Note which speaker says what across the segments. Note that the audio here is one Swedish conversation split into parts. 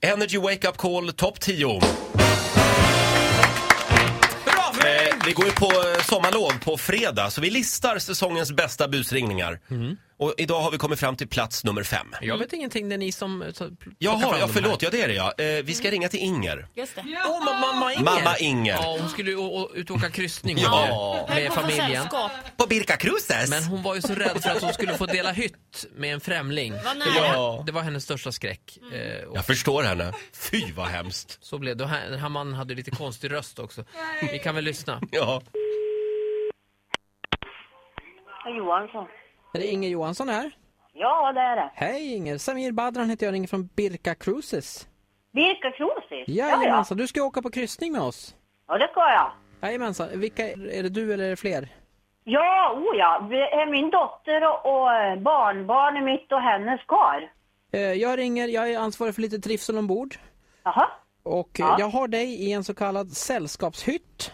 Speaker 1: Energy Wake Up Call topp 10.
Speaker 2: Bra för mig!
Speaker 1: Eh, vi går ju på eh, sommarlov på fredag, så vi listar säsongens bästa busringningar.
Speaker 2: Mm.
Speaker 1: Och idag har vi kommit fram till plats nummer fem.
Speaker 2: Jag vet ingenting, det är ni som... eh, tar- plockar
Speaker 1: Jaha,
Speaker 2: fram
Speaker 1: ja,
Speaker 2: de
Speaker 1: förlåt, ja det är det ja. Eh, vi ska ringa till Inger.
Speaker 3: Just det.
Speaker 2: här. Åh, ma- mamma Inger!
Speaker 1: Mamma Inger.
Speaker 2: Ja, hon skulle ju å- å- ut och åka kryssning
Speaker 1: Ja.
Speaker 2: med, med
Speaker 3: Välkommen till
Speaker 2: familjen.
Speaker 3: sällskap.
Speaker 1: På Birka Cruises!
Speaker 2: Men hon var ju så rädd för att hon skulle få dela hytt med en främling.
Speaker 3: Vad nära.
Speaker 1: Ja.
Speaker 2: Det var hennes största skräck.
Speaker 4: Mm.
Speaker 2: Eh, och
Speaker 1: Jag förstår henne. Fy vad hemskt.
Speaker 2: så blev det. Och här- Den här mannen hade lite konstig röst också. Vi kan väl lyssna.
Speaker 1: Ja.
Speaker 4: Johansson.
Speaker 5: Är det Inger Johansson här?
Speaker 4: Ja, det är det.
Speaker 5: Hej Inger, Samir Badran heter jag, ringer från Birka Cruises.
Speaker 4: Birka Krosis? ja.
Speaker 5: Jajamensan, du ska åka på kryssning med oss.
Speaker 4: Ja, det ska jag.
Speaker 5: Jajamensan, vilka, är det du eller är det fler?
Speaker 4: Ja, o ja. Det är min dotter och, och barnbarn är mitt och hennes kar.
Speaker 5: Eh, Jag ringer, jag är ansvarig för lite trivsel ombord.
Speaker 4: Jaha.
Speaker 5: Och eh,
Speaker 4: Ja.
Speaker 5: jag har dig i en så kallad sällskapshytt.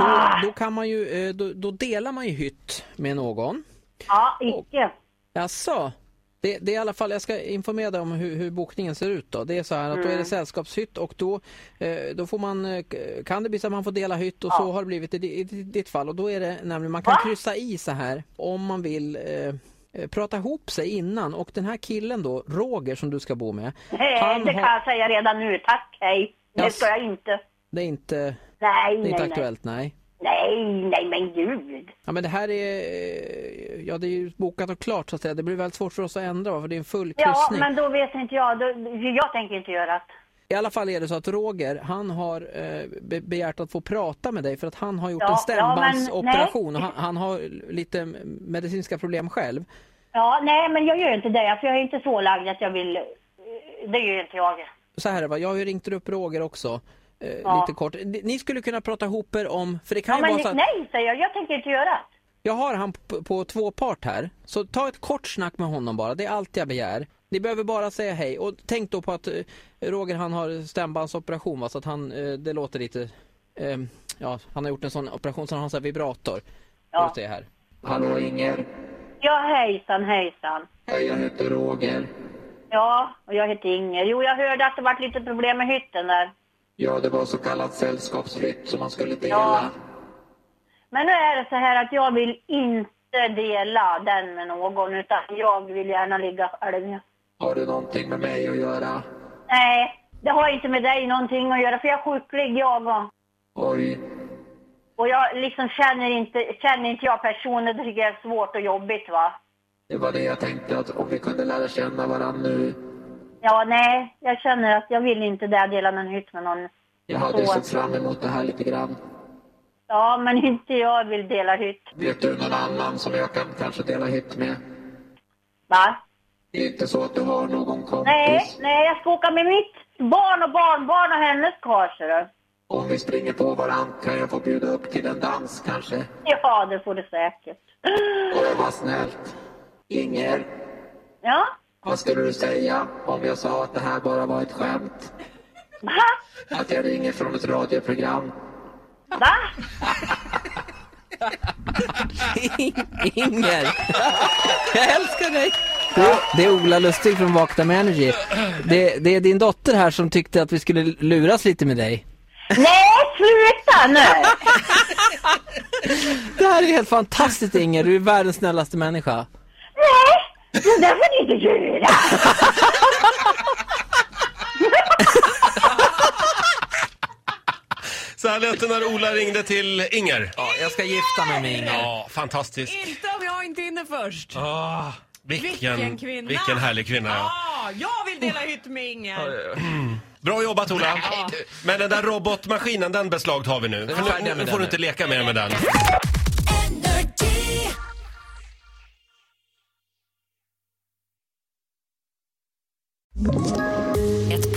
Speaker 5: Då,
Speaker 4: Ah.
Speaker 5: då, kan man ju, eh, då, då delar man ju hytt med någon.
Speaker 4: Ja, icke.
Speaker 5: Jaså? Det, det är i alla fall, jag ska informera dig om hur, hur bokningen ser ut. Då. Det är så här att då är
Speaker 4: Mm.
Speaker 5: det sällskapshytt och då, eh, då får man, eh, kan det bli så att man får dela hytt och så har det blivit i, di- i ditt fall. Och då är det nämligen, man kan kryssa i så här om man vill eh, eh, prata ihop sig innan. Och den här killen då, Roger som du ska bo med,
Speaker 4: Nej, det kan
Speaker 5: har,
Speaker 4: jag säga redan nu. Tack, hej. Det
Speaker 5: Jas-
Speaker 4: ska jag inte.
Speaker 5: det är inte,
Speaker 4: Nej,
Speaker 5: det är
Speaker 4: nej,
Speaker 5: inte
Speaker 4: nej.
Speaker 5: aktuellt nej.
Speaker 4: Nej, nej, men gud.
Speaker 5: Ja men det här är, eh, ja det är ju bokat och klart så att säga. Det blir väldigt svårt för oss att ändra va, för det är en full kryssning.
Speaker 4: Ja, men då vet inte jag. Då, jag tänker inte göra det.
Speaker 5: I alla fall är det så att Roger, han har eh, be- begärt att få prata med dig för att han har gjort
Speaker 4: Ja,
Speaker 5: en
Speaker 4: ja, men
Speaker 5: stämbandsoperation
Speaker 4: nej.
Speaker 5: och han, han har lite medicinska problem själv.
Speaker 4: Ja, nej, men jag gör inte det. För jag är inte så lagd att jag vill... Det gör inte jag.
Speaker 5: Så här är det, va, jag har ju ringt upp Roger också. Eh,
Speaker 4: Ja.
Speaker 5: Lite kort. Ni ni skulle kunna prata ihop er om, för det kan
Speaker 4: Ja,
Speaker 5: ju
Speaker 4: men
Speaker 5: vara så att
Speaker 4: nej, säger jag. Jag tänker inte göra det.
Speaker 5: jag har han på, på två part här. Så ta ett kort snack med honom bara, det är allt jag begär. Ni behöver bara säga hej och tänk då på att eh, Roger han har stämbandsoperation va, så att han, eh, det låter lite, eh, ja han har gjort en sån operation så han har så här vibrator.
Speaker 4: Ja.
Speaker 5: Ja. Just det här.
Speaker 6: Hallå Inger,
Speaker 4: Ja, hejsan, hejsan.
Speaker 6: hej jag heter Roger.
Speaker 4: Ja, och jag heter Inger. Jo, jag hörde att det varit lite problem med hytten där.
Speaker 6: Ja, det var så kallat sällskapsflytt som man skulle dela.
Speaker 4: Ja. Men nu är det så här att jag vill inte dela den med någon, utan jag vill gärna ligga själv.
Speaker 6: Har du någonting med mig att göra?
Speaker 4: Nej, det har inte med dig någonting att göra, för jag är sjuklig jag och.
Speaker 6: Oj,
Speaker 4: Och jag liksom känner inte, känner inte jag personer, det tycker jag är svårt och jobbigt va.
Speaker 6: det var det jag tänkte att om vi kunde lära känna varandra nu.
Speaker 4: Ja, nej, jag känner att jag vill inte det, dela min hytt med någon.
Speaker 6: Jag hade ju
Speaker 4: Så.
Speaker 6: sett fram emot det här lite grann.
Speaker 4: Ja, men inte jag vill dela hytt.
Speaker 6: Vet du någon annan som jag kan kanske dela hit med?
Speaker 4: Va?
Speaker 6: Det är inte så att du har någon kompis?
Speaker 4: Nej, nej, jag ska åka med mitt barn och barnbarn och hennes karl, ser du.
Speaker 6: Om vi springer på varandra kan jag få bjuda upp till en dans kanske?
Speaker 4: Ja, det får du säkert.
Speaker 6: Åh, vad snällt. Inger,
Speaker 4: Ja.
Speaker 6: vad skulle du säga om jag sa att det här bara var ett skämt?
Speaker 4: Va?
Speaker 6: Att jag ringer från ett radioprogram.
Speaker 4: Va?
Speaker 5: Inger! Jag älskar dig! Det, det är Ola Lustig från Vakna med Energy. Det, det är din dotter här som tyckte att vi skulle luras lite med dig.
Speaker 4: Nej, sluta nu!
Speaker 5: Det här är helt fantastiskt Inger, du är världens snällaste människa.
Speaker 4: Nej, det där får ni inte göra.
Speaker 1: Så här lät det när Ola ringde till Inger.
Speaker 2: Ja, jag ska gifta mig med Inger.
Speaker 1: Ja, fantastiskt.
Speaker 7: Inte om jag inte hinner först.
Speaker 1: Ah, vilken,
Speaker 7: Vilken kvinna.
Speaker 1: Vilken härlig kvinna. ja.
Speaker 7: Ja, Ah, jag vill dela hytt med Inger.
Speaker 1: Bra jobbat Ola. Men den där robotmaskinen, den beslagtar vi nu.
Speaker 2: färdiga
Speaker 1: För nu,
Speaker 2: med
Speaker 1: nu
Speaker 2: den
Speaker 1: får du
Speaker 2: nu.
Speaker 1: inte leka mer med den.
Speaker 8: Ett